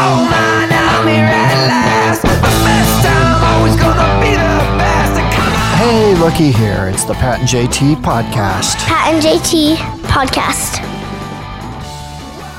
Oh man, I'm here at last. The best time, always gonna be the best. And come on. Hey, looky here. It's the Pat and JT podcast. Pat and JT podcast.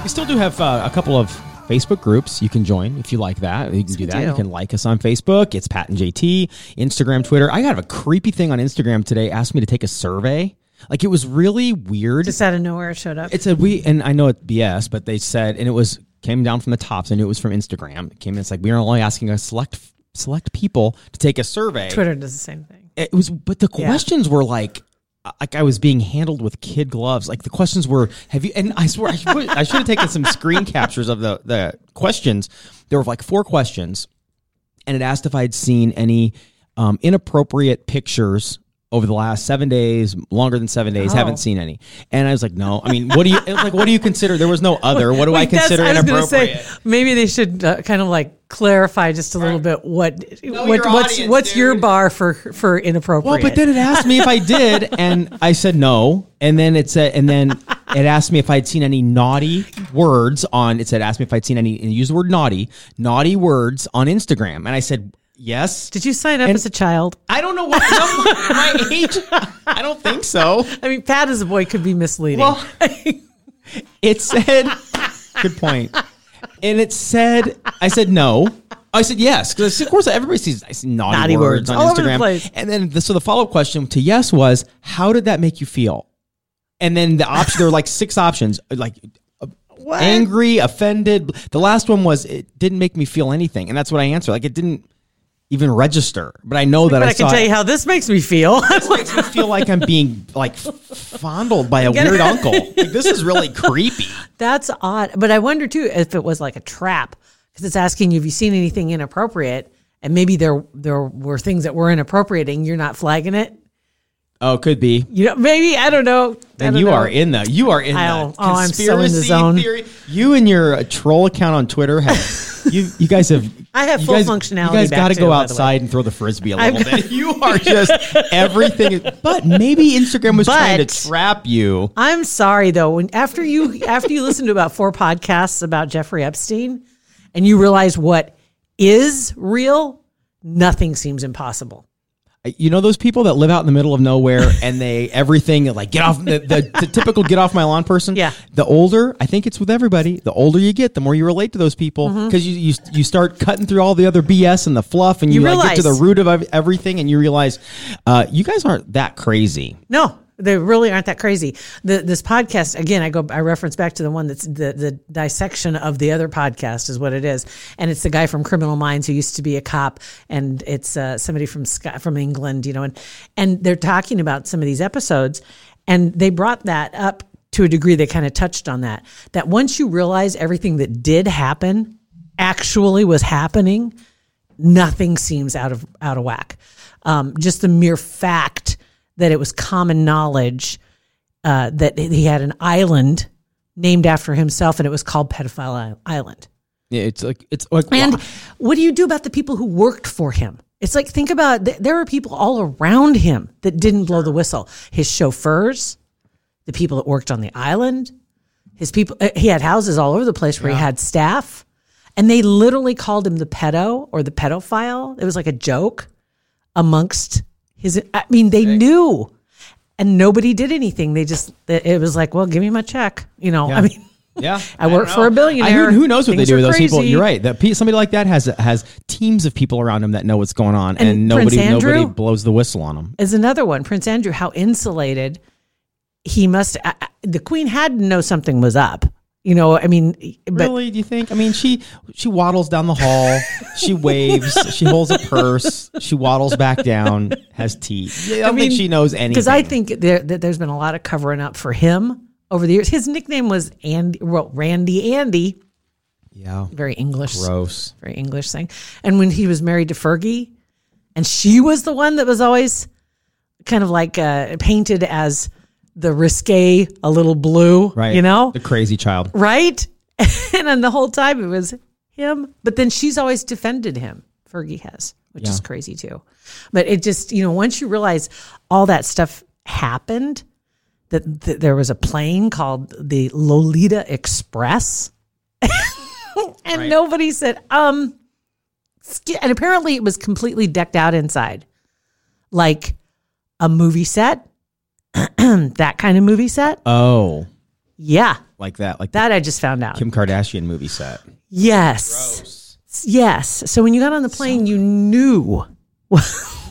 We still do have uh, a couple of Facebook groups you can join if you like that. You can do that. You can like us on Facebook. It's Pat and JT, Instagram, Twitter. I got a creepy thing on Instagram today. Asked me to take a survey. Like it was really weird. just out of nowhere it showed up. It said we, and I know it's BS, but they said, and it was came down from the top. So I knew it was from Instagram. It came in. It's like we are only asking a select select people to take a survey. Twitter does the same thing. It was, but the questions were like. uh, Like I was being handled with kid gloves. Like the questions were, "Have you?" And I swear, I should, I should have taken some screen captures of the the questions. There were like four questions, and it asked if I had seen any um, inappropriate pictures over the last seven days, longer than seven days. Oh. Haven't seen any, and I was like, "No." I mean, what do you it was like? What do you consider? There was no other. What do I Like, that's- consider was gonna inappropriate? maybe they should uh, kind of like clarify just a little bit what, what your what's audience, what's your dude. bar for for inappropriate. Well, but then it asked me if I did, and I said no. And then it said, and then it asked me if I'd seen any naughty words on. It said, asked me if I'd seen any, and use the word naughty, naughty words on Instagram. And I said, yes. did you sign up And- as a child? I don't know what no, my age. I don't think so. I mean, Pat as a boy could be misleading. Well, it said, good point. And it said, I said no. I said yes because of course everybody sees I see naughty, Naughty words, words on all over the Instagram. place. And then the, so the follow up question to yes was, how did that make you feel? And then the option there were like six options like. uh, Angry, offended. The last one was it didn't make me feel anything, and that's what I answered. Like it didn't even register, but I know that but I, I, can saw tell it. you how this makes me feel. Makes me feel like I'm being like fondled by a Get it? weird uncle. Like this is really creepy. That's odd. But I wonder too if it was like a trap because it's asking you have you seen anything inappropriate, and maybe there there were things that were inappropriate and you're not flagging it. Oh, could be. You know, maybe I don't know. I And don't you know. are in the you are in the I'll- conspiracy oh, I'm so in the zone. theory. You and your uh, troll account on Twitter have you you guys have I have you full guys- functionality You guys back gotta too, go by the way. outside and throw the frisbee a I've little bit. You are just everything. is- But maybe Instagram was trying But- to trap you. I'm sorry though. When after you after you listen to about four podcasts about Jeffrey Epstein, and you realize what is real, nothing seems impossible. You know those people that live out in the middle of nowhere and they everything like get off the, the, the typical get off my lawn person. Yeah. The older I think it's with everybody. The older you get, the more you relate to those people Mm-hmm. because you, you you start cutting through all the other BS and the fluff and you, You like, get to the realize- root of ev- everything and you realize uh, you guys aren't that crazy. No, they really aren't that crazy. The, this podcast again, I go, I reference back to the one that's the the dissection of the other podcast is what it is, and it's the guy from Criminal Minds who used to be a cop, and it's uh, somebody from Scott, from England, you know, and and they're talking about some of these episodes, and they brought that up to a degree. They kind of touched on that that once you realize everything that did happen actually was happening nothing seems out of out of whack. Um, just the mere fact that it was common knowledge uh, that he had an island named after himself, and it was called Pedophile I- Island. Yeah, It's like it's like And what do you do about the people who worked for him? It's like think about th- there were people all around him that didn't blow the whistle. His chauffeurs, the people that worked on the island, his people. uh, He had houses all over the place where he had staff, and they literally called him the pedo or the pedophile. It was like a joke amongst his. I mean, they knew, and nobody did anything. They just it it was like, well, give me my check. You know, I mean. Yeah, I work don't for a know. billionaire. I- who, who knows what Things they do are with those people? crazy. You're right. That pe- somebody like that has has teams of people around him that know what's going on, and, And nobody Prince Andrew? nobody blows the whistle on them. is another one. Prince Andrew, how insulated he must. I, I- the Queen had to know something was up. You know, I mean, but really? Do you think? I mean, she she waddles down the hall, she waves, she holds a purse, she waddles back down, has tea. Yeah, I don't think she knows anything. because I think there, that there's been a lot of covering up for him over the years. His nickname was Andy, well, Randy Andy, Yeah. Very English. Gross. Very English thing. And when he was married to Fergie, and she was the one that was always kind of like uh, painted as the risque, a little blue, Right. you know? the crazy child. right? And then the whole time it was him. But then she's always defended him. Fergie has, which is Yeah. crazy too. But it just, you know, once you realize all that stuff happened, that, that there was a plane called the Lolita Express, and nobody said, um, sk- and apparently it was completely decked out inside, like a movie set, that kind of movie set. Oh, Yeah, like that, like that I just found out. the Kim Kardashian movie set. Yes. Yes. So when you got on the plane, you knew what's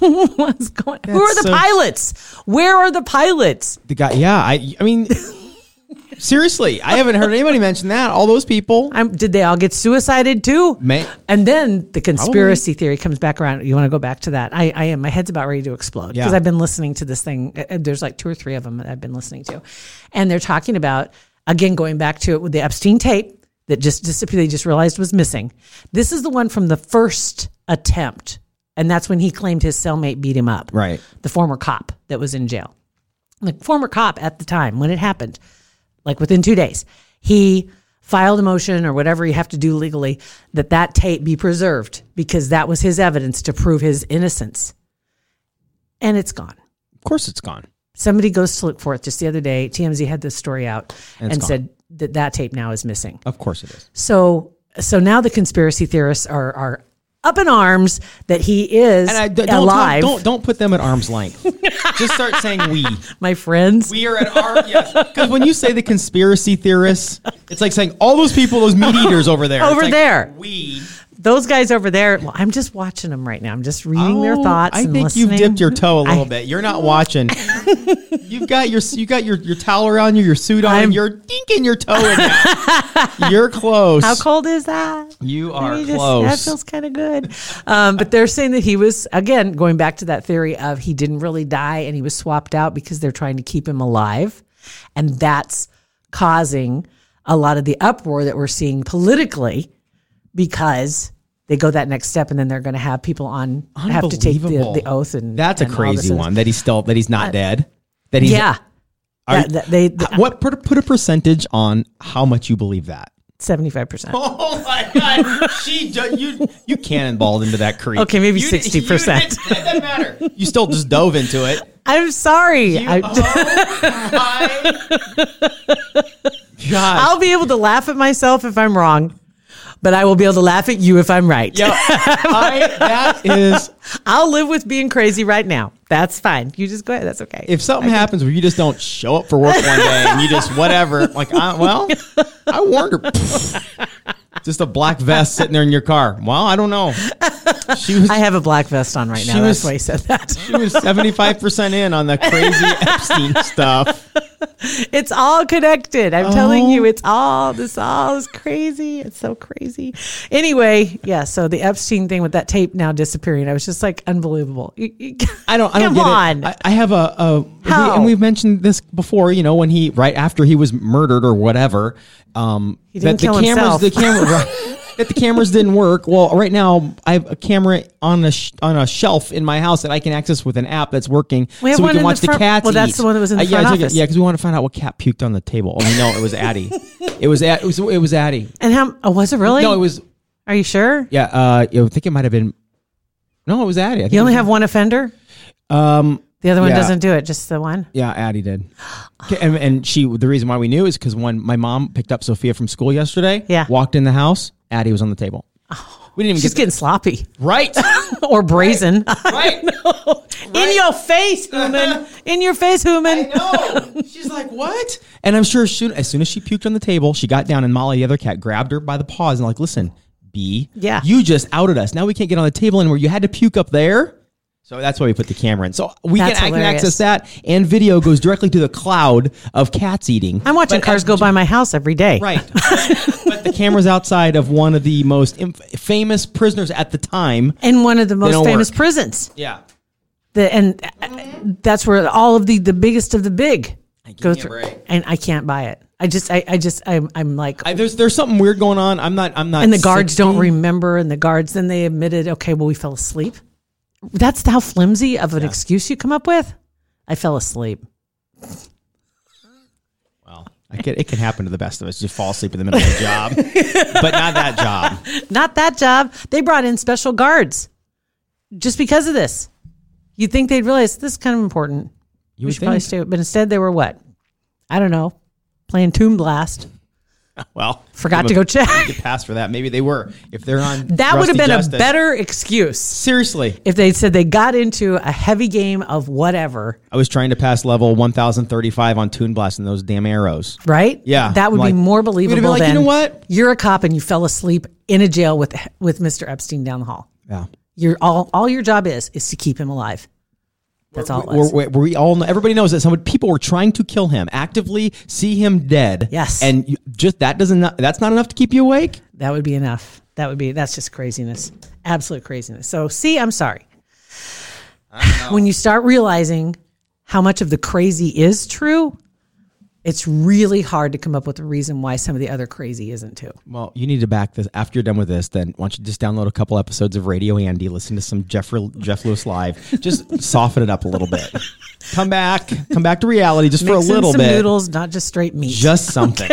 going Who are the so- pilots? Where are the pilots? The guy, yeah. I, I mean, seriously, I haven't heard anybody mention that. All those people, I'm, did they all get suicided too? May- and then the conspiracy theory comes back around. You want to go back to that? I, I am. My head's about ready to explode because Yeah. I've been listening to this thing. uh, uh, There's like two or three of them that I've been listening to, and they're talking about again going back to it with the Epstein tape that just disappeared. They just realized was missing. This is the one from the first attempt, and that's when he claimed his cellmate beat him up right? the former cop that was in jail. The former cop at the time when it happened, like within two days, he filed a motion or whatever you have to do legally that that tape be preserved because that was his evidence to prove his innocence. And it's gone. Of course, it's gone. Somebody goes to look for it just the other day. TMZ had this story out And and, it's gone. said that that tape now is missing. Of course, it is. So, so now the conspiracy theorists are are up in arms that he is And I d- don't, alive. don't don't put them at arm's length. Just start saying we. My friends, We are at arm. Yes, because when you say the conspiracy theorists, it's like saying all those people, those meat eaters over there, It's Over like, there. We. those guys over there. Well, I'm just watching them right now. I'm just reading their Oh, thoughts. I and think listening. you've dipped your toe a little I- bit. You're not watching. you've got your you got your your towel around you, your suit on. I'm- you're dinking your toe in. now. You're close. How cold is that? You are Maybe just- close. that feels kind of good. Um, but they're saying that he was again going back to that theory of he didn't really die and he was swapped out because they're trying to keep him alive, and that's causing a lot of the uproar that we're seeing politically because. They go that next step, and then they're going to have people on have to take the, Unbelievable. the oath, and That's and a all this crazy and- one. That he's still that he's not dead. That he's Uh, Yeah, Are- That- that they What put a, put a percentage on how much you believe that? seventy five percent. Oh my god, she ju- you you cannonballed into that creek. Okay, maybe You did- 60%. you did- It doesn't matter. You still just dove into it. I'm sorry. You- I, oh my God. I'll be able to laugh at myself if I'm wrong, but I will be able to laugh at you if I'm right. Yo, I, that is I'll live with being crazy right now. That's fine. You just go ahead. That's okay. if something happens where you just don't show up for work one day and you just whatever like I, well I warned her just a black vest sitting there in your car well I don't know she was I have a black vest on right now. She That's was- why he said that. she was 75% in on the crazy Epstein stuff It's all connected. I'm telling Oh. you, it's all this all is crazy. It's so crazy. Anyway, yeah. So the Epstein thing with that tape now disappearing, I was just like unbelievable. You- you- I don't I don't Come get on. it I, I have a, a we- How? and we've mentioned this before you know when he right after he was murdered or whatever um he didn't that kill the cameras himself. the camera right, that the cameras didn't work well right now I have a camera on a sh- on a shelf in my house that I can access with an app that's working We have so one we can in watch the the, front- cats well, that's eat. the one that was in the Uh, yeah, front I took it- office. yeah because we want to find out what cat puked on the table oh no it was Addie it was Ad- it was it was Addie and how? Oh, was it really? no it was Are you sure? yeah uh I think it might have been no it was Addie I think You it only was- have one offender. um The other one Yeah. doesn't do it. Just the one. Yeah, Addie did. Okay, And, and she, the reason why we knew is because when my mom picked up Sophia from school yesterday, Yeah. Oh. walked in the house, Addie was on the table. We didn't even She's get getting sloppy the- right, or brazen. right. In your face, human. In your face, human. No, she's like, what? And I'm sure as soon, as soon as she puked on the table, she got down and Molly, the other cat, grabbed her by the paws and like, listen, B, Yeah. you just outed us. Now we can't get on the table anymore. You had to puke up there. So that's why we put the camera in. So we can, That's I can hilarious. access that, and video goes directly to the cloud of cats eating. I'm watching But cars at- go by my house every day. Right. but the camera's outside of one of the most inf- famous prisoners at the time. In one of the most don't famous work. prisons. Yeah. The, and uh, that's where all of the, the biggest of the big me a go through. break. And I can't buy it. I just, I, I just, I'm, I'm like, I, there's there's something weird going on. I'm not I'm not. and the guards 60. don't remember, and the guards then they admitted, okay, well, we fell asleep. That's how flimsy of an excuse you come up with. I fell asleep. I could, it can happen to the best of us. Just fall asleep in the middle of a job, but not that job. Not that job. They brought in special guards just because of this. You'd think they'd realize this is kind of important. You we would should probably think. stay. But instead, they were what? I don't know. Playing Tomb Blast. Well, Forgot give to them go a- check. Get past for that. Maybe they were. If they're on, That would have Rusty been a Justice- better excuse Seriously, if they said they got into a heavy game of whatever, I was trying to pass level 1035 on Toon Blast and those damn arrows. right? Yeah, that would like- be more We'd have been believable. like, you than, know what? You're a cop and you fell asleep in a jail with with Mr. Epstein down the hall. Yeah. Your all all your job is is to keep him alive. That's all it was. We're, we we all know, everybody knows that some people were trying to kill him, actively see him dead. Yes. and you, just that doesn't that's not enough to keep you awake. That would be enough. That would be that's just craziness. Absolute craziness. So see, I'm sorry. When you start realizing how much of the crazy is true, it's really hard to come up with a reason why some of the other crazy isn't too. Well, you need to back this after you're done with this. Then why don't you just download a couple episodes of Radio Andy, listen to some Jeff Jeff Lewis live, just soften it up a little bit. Come back, come back to reality just for a Mix in little some bit. noodles, not just straight meat. Just something.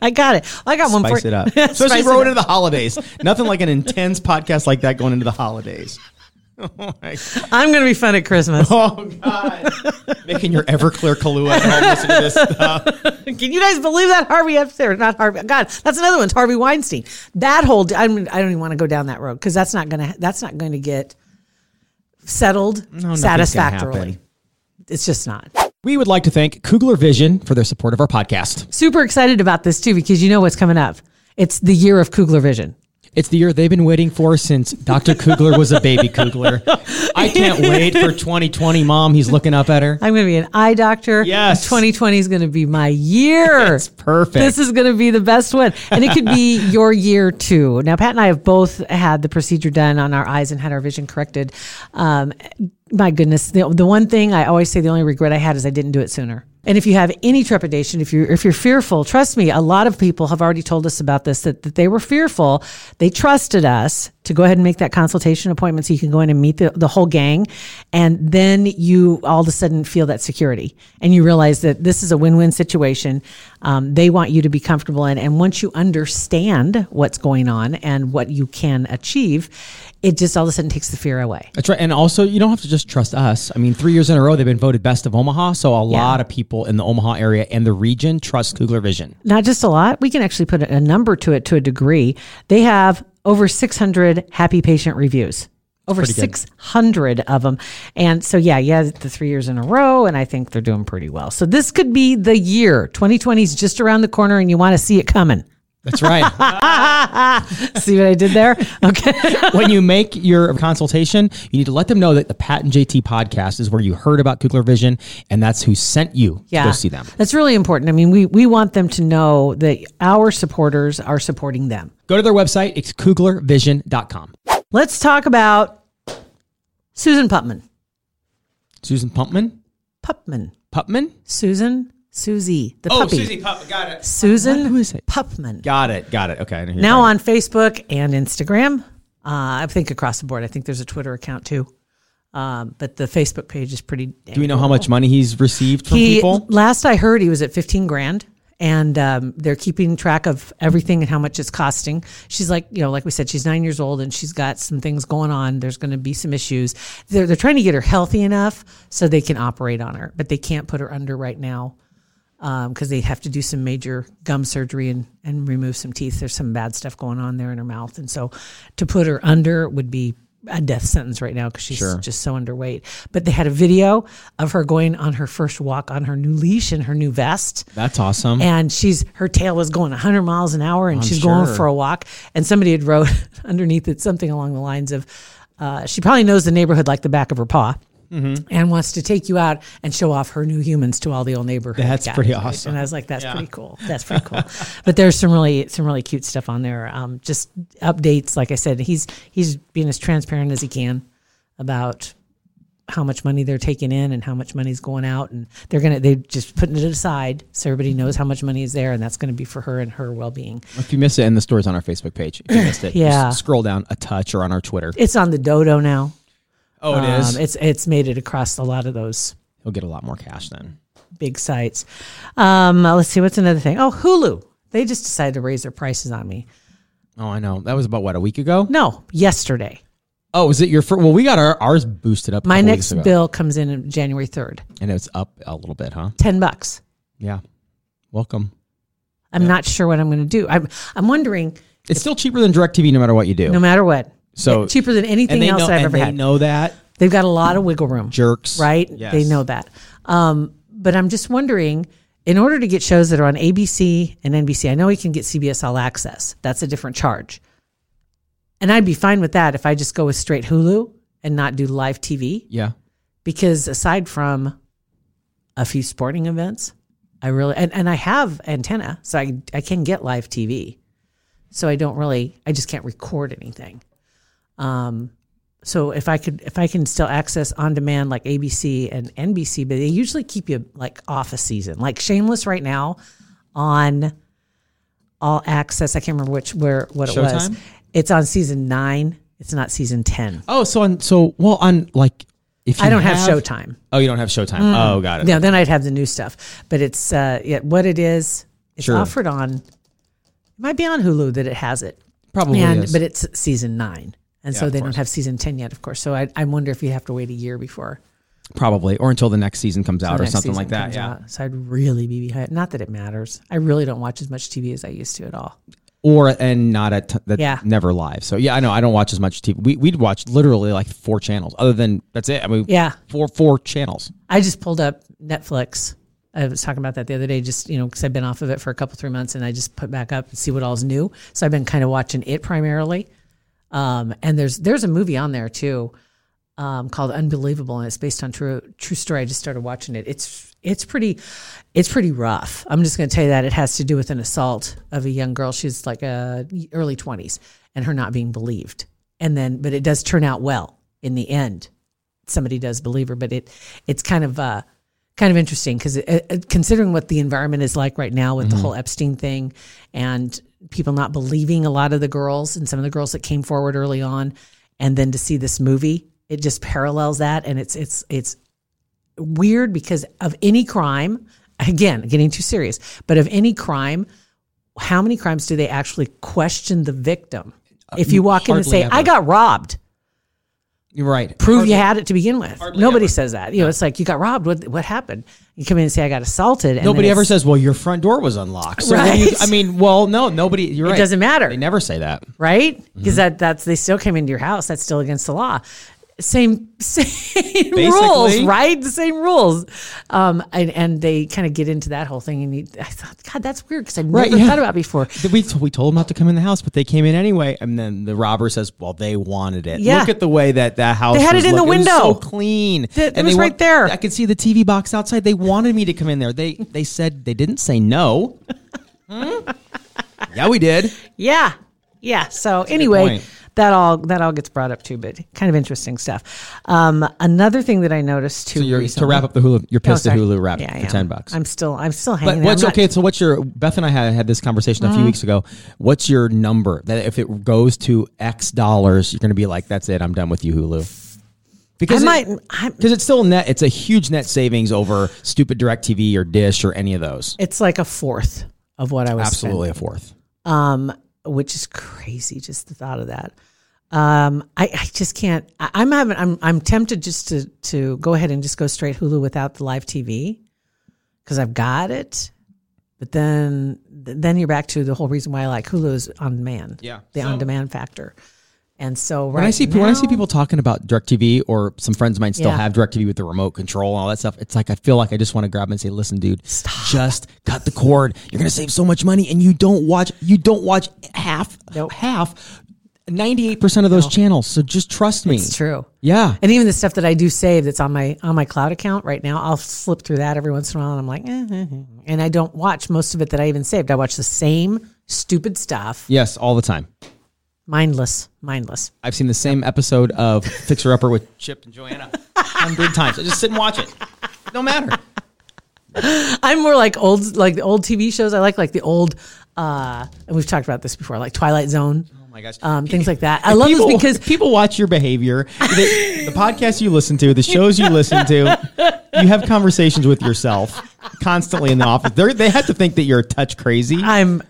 I got it. I got one Spice for it up. Spice Especially it going up. into the holidays. Nothing like an intense podcast like that going into the holidays. Oh, my I'm going to be fun at Christmas. Oh, God. Making your Everclear Kahlua at home listen to this stuff. Can you guys believe that Harvey Epstein? Not Harvey. God, that's another one. It's Harvey Weinstein. That whole. I don't, I don't even want to go down that road because that's not gonna. That's not going to get settled Oh, nothing's gonna satisfactorily. happen. It's just not. We would like to thank Kugler Vision for their support of our podcast. Super excited about this too because you know what's coming up. It's the year of Kugler Vision. It's the year they've been waiting for since Dr. Kugler was a baby Kugler. I can't wait for 2020, Mom. He's looking up at her. I'm going to be an eye doctor. Yes. 2020 is going to be my year. It's perfect. This is going to be the best one. And it could be your year too. Now, Pat and I have both had the procedure done on our eyes and had our vision corrected. Um, my goodness. The, the one thing I always say the only regret I had is I didn't do it sooner. And if you have any trepidation, if you're, if you're fearful, trust me, a lot of people have already told us about this, that, that they were fearful. They trusted us to go ahead and make that consultation appointment so you can go in and meet the, the whole gang. And then you all of a sudden feel that security and you realize that this is a win-win situation. Um, they want you to be comfortable in. And once you understand what's going on and what you can achieve, it just all of a sudden takes the fear away. That's right. And also, you don't have to just trust us. I mean, three years in a row, they've been voted best of Omaha. So a lot of people in the Omaha area and the region trust Kugler Vision. not just a lot. We can actually put a number to it to a degree. They have over 600 happy patient reviews. Over pretty good. 600 of them. And so, yeah, yeah, the three years in a row, and I think they're doing pretty well. So, this could be the year. 2020 is just around the corner, and you want to see it coming. That's right. see what I did there? Okay. when you make your consultation, you need to let them know that the Pat and JT podcast is where you heard about Kugler Vision, and that's who sent you to go see them. That's really important. I mean, we, we want them to know that our supporters are supporting them. Go to their website. It's kuglervision.com. Let's talk about Susan Putman. Susan Pumpman? Putman. Pupman? Susan, Susie, the puppy. Oh, Pup. Got it. Susan Who is it? Pupman. Got it. Got it. Okay. I know who you're Now talking- on Facebook and Instagram. Uh, I think across the board. I think there's a Twitter account too. Um, but the Facebook page is pretty. Do we know how much money he's received from he, people? Last I heard, he was at 15 grand. And um, they're keeping track of everything and how much it's costing. She's like, you know, like we said, she's nine years old and she's got some things going on. There's going to be some issues. They're, they're trying to get her healthy enough so they can operate on her, but they can't put her under right now because um, they have to do some major gum surgery and, and remove some teeth. There's some bad stuff going on there in her mouth. And so to put her under would be a death sentence right now because she's just so underweight. But they had a video of her going on her first walk on her new leash and her new vest. That's awesome. And she's her tail was going 100 miles an hour, and she's sure. going for a walk. And somebody had wrote underneath it something along the lines of, uh, "She probably knows the neighborhood like the back of her paw." And wants to take you out and show off her new humans to all the old neighborhood. That's guys, pretty right? awesome. And I was like, "That's pretty cool. That's pretty cool." but there's some really some really cute stuff on there. Um, just updates, like I said, he's he's being as transparent as he can about how much money they're taking in and how much money's going out and they're gonna they just putting it aside so everybody knows how much money is there and that's gonna be for her and her well being. If you missed it, and the story's on our Facebook page. If you missed it, Yeah. just scroll down a touch or on our Twitter. It's on the dodo now. Oh, it is. it's it's made Um, it across a lot of those He'll get a lot more cash then. big sites. Um, uh, let's see, what's another thing? Oh, Hulu. They just decided to raise their prices on me. Oh, I know. That was about what a week ago. No, yesterday. Oh, is it your first? Well, we got our ours boosted up. a My couple next weeks ago. bill comes in on January third. and it's up a little bit, huh? Ten bucks. Yeah. Welcome. I'm not sure what I'm going to do. I'm I'm wondering. It's still cheaper than Directv, no matter what you do. No matter what, so cheaper than anything and they else know, I've and ever they had. know that They've got a lot of wiggle room. jerks, right? Yes. They know that. Um, but I'm just wondering, in order to get shows that are on ABC and NBC, I know you can get CBS All Access. That's a different charge. And I'd be fine with that if I just go with straight Hulu and not do live TV. Yeah. Because aside from a few sporting events, I really and, and I have antenna, so I I can get live TV. So I don't really I just can't record anything. Um so if I could if I can still access on demand like ABC and NBC, but they usually keep you like off a season. Like Shameless right now on all access. I can't remember which where what it was. Showtime? It's on season nine. It's not season ten. Oh, so on. So well, on like if you I don't have Showtime. Mm. Oh, you don't have Showtime. Oh, got it. No, then I'd have the new stuff. But it's uh, yeah, what it is. It's Sure. offered on. It might be on Hulu that it has it, Probably and is. but it's season nine, and so of they course. don't have season ten yet, of course. So I, I wonder if you have to wait a year before probably or until the next season comes out the or next something season like that. comes Yeah. out. So I'd really be behind. Not that it matters. I really don't watch as much TV as I used to at all. Or and not at t- that Yeah. never live. So yeah, I know I don't watch as much TV. We we'd watch literally like four channels. Other than that's it. I mean, Yeah. four four channels. I just pulled up Netflix. I was talking about that the other day, just you know, because I've been off of it for a couple three months, and I just put back up and see what all's new. So I've been kind of watching it primarily. Um, and there's there's a movie on there too, um, called Unbelievable, and it's based on true true story. I just started watching it. It's it's pretty it's pretty rough. I'm just going to tell you that it has to do with an assault of a young girl. She's like uh early 20s, and her not being believed. And then, but it does turn out well in the end somebody does believe her, but it it's kind of uh, kind of interesting because uh, uh, considering what the environment is like right now Mm-hmm. with the whole Epstein thing and people not believing a lot of the girls and some of the girls that came forward early on, and then to see this movie, it just parallels that, and it's it's it's weird because of any crime. Again, getting too serious, but of any crime, how many crimes do they actually question the victim? If you walk in and Uh, hardly say, "I ever. got robbed," You're right. prove you had it to begin with. Nobody says that. You know, it's like you got robbed. What what happened? You come in and say I got assaulted. And Nobody then ever it's- says, "Well, your front door was unlocked." So what do you- Right. I mean, well, no, nobody. You're right. doesn't matter. They never say that. right Mm-hmm. because that that's they still came into your house. That's still against the law. Same same rules, Basically. right? The same rules. Um, and and they kind of get into that whole thing. And you, I thought, God, that's weird because I never Right, yeah. thought about it before. Th- We, t- we told them not to come in the house, but they came in anyway. And then the robber says, "Well, they wanted it. Yeah. Look at the way that that house They had was it in the looking. was window. so clean. Th- it And was they wa- right there. I could see the TV box outside. They wanted me to come in there. They they said they didn't say no. Hmm? Yeah, we did. Yeah. Yeah. So anyway, point. that all that all gets brought up too, but kind of interesting stuff. Um, another thing that I noticed too. So you're, to recently- wrap up the Hulu, you're Oh, pissed at sorry. Hulu wrapped Yeah, I for am. ten bucks. I'm still I'm still But hanging. what's I'm not- Uh-huh. okay? So what's your Beth and I had had this conversation a few weeks ago. What's your number that if it goes to X dollars, you're going to be like, that's it, I'm done with you, Hulu. Because I it- might. I'm, because it's still net. It's a huge net savings over stupid Directv or Dish or any of those. it's like a fourth of what I was Absolutely a fourth. spending, um, which is crazy. Just the thought of that. Um, I, I just can't. I, I'm having. I'm I'm tempted just to to go ahead and just go straight Hulu without the live TV because I've got it. But then then you're back to the whole reason why I like Hulu is on demand. Yeah. the on demand factor. And so right When I see when I see now- people talking about Directv or some friends of mine still Yeah. have Directv with the remote control and all that stuff, it's like I feel like I just want to grab 'em and say, "Listen, dude, just cut the cord. You're gonna save so much money, and you don't watch you don't watch half Nope. half." 98% of those channels. So just trust me. it's true. Yeah. And even the stuff that I do save that's on my on my cloud account right now, I'll flip through that every once in a while, and I'm like, eh, eh, eh. and I don't watch most of it that I even saved. I watch the same stupid stuff, Yes, all the time. mindless, mindless. I've seen the same episode of Fixer Upper with Chip and Joanna. hundred times. I just sit and watch it. No matter. Oh I'm more like old, like the old TV shows. I like like the old, uh, and we've talked about this before, like Twilight Zone. Oh my gosh. um, things like that. I love people, this because people watch your behavior, the, the podcasts you listen to, the shows you listen to. You have conversations with yourself constantly in the office. They're, they have to think that you're touch crazy. I'm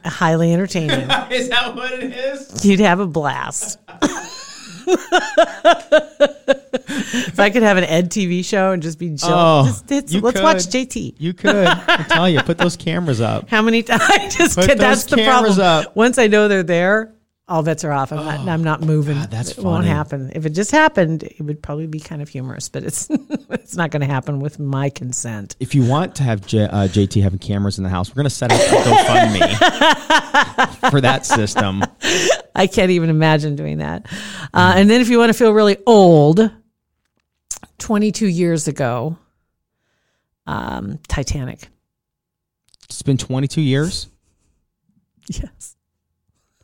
highly entertaining. Is that what it is? You'd have a blast. if I could have an Ed TV show and just be chill, Oh, just, it's, you let's watch could. JT. You could. I tell you, put those cameras up. How many times? I just Put get, that's those the problem. cameras up. Oh Once I know they're there, all bets are off. I'm not. I'm not moving. that's it won't funny. happen. If it just happened, it would probably be kind of humorous, but it's it's not going to happen with my consent. If you want to have J- uh, JT having cameras in the house, we're going to set up a GoFundMe for that system. I can't even imagine doing that. Uh, and then if you want to feel really old, 22 years ago, um, Titanic. It's been 22 years, Yes.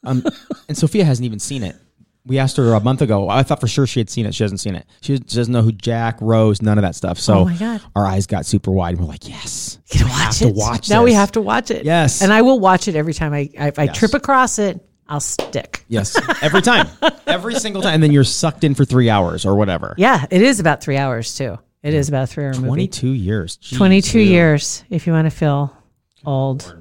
um, and Sophia hasn't even seen it. We asked her a month ago. I thought for sure she had seen it. She hasn't seen it. She doesn't know who Jack Rose, none of that stuff. So Oh my God. our eyes got super wide, and we're like, "Yes, You can we have watch to it. watch now we this. have to watch it. Yes. And I will watch it every time I, I if I Yes. trip across it, I'll stick. Yes, every time, every single time, and then you're sucked in for three hours or whatever. Yeah, it is about three hours too. It is about a three hour movie. Twenty-two years. Jeez, 22 dude. years if you want to feel old.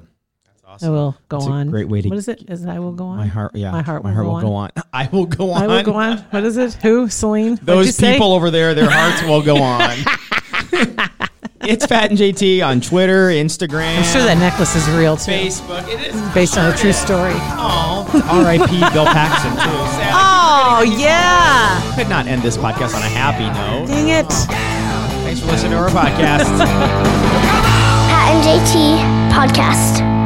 I will go That's a on. great way to- What is it? Is it I will go on? My heart, yeah, My heart, my heart will go on. I will go on. I will go on. What is it? Who? Celine? What'd you Those say? people over there, their hearts will go on. it's Pat and JT on Twitter, Instagram, I'm sure that necklace is real too, Facebook. It is based on a true story. Aw. R.I.P. Bill Paxton too. Sad. Oh yeah! Could not end this podcast on a happy note. Dang it! Thanks for listening to our podcast. Pat and JT Podcast.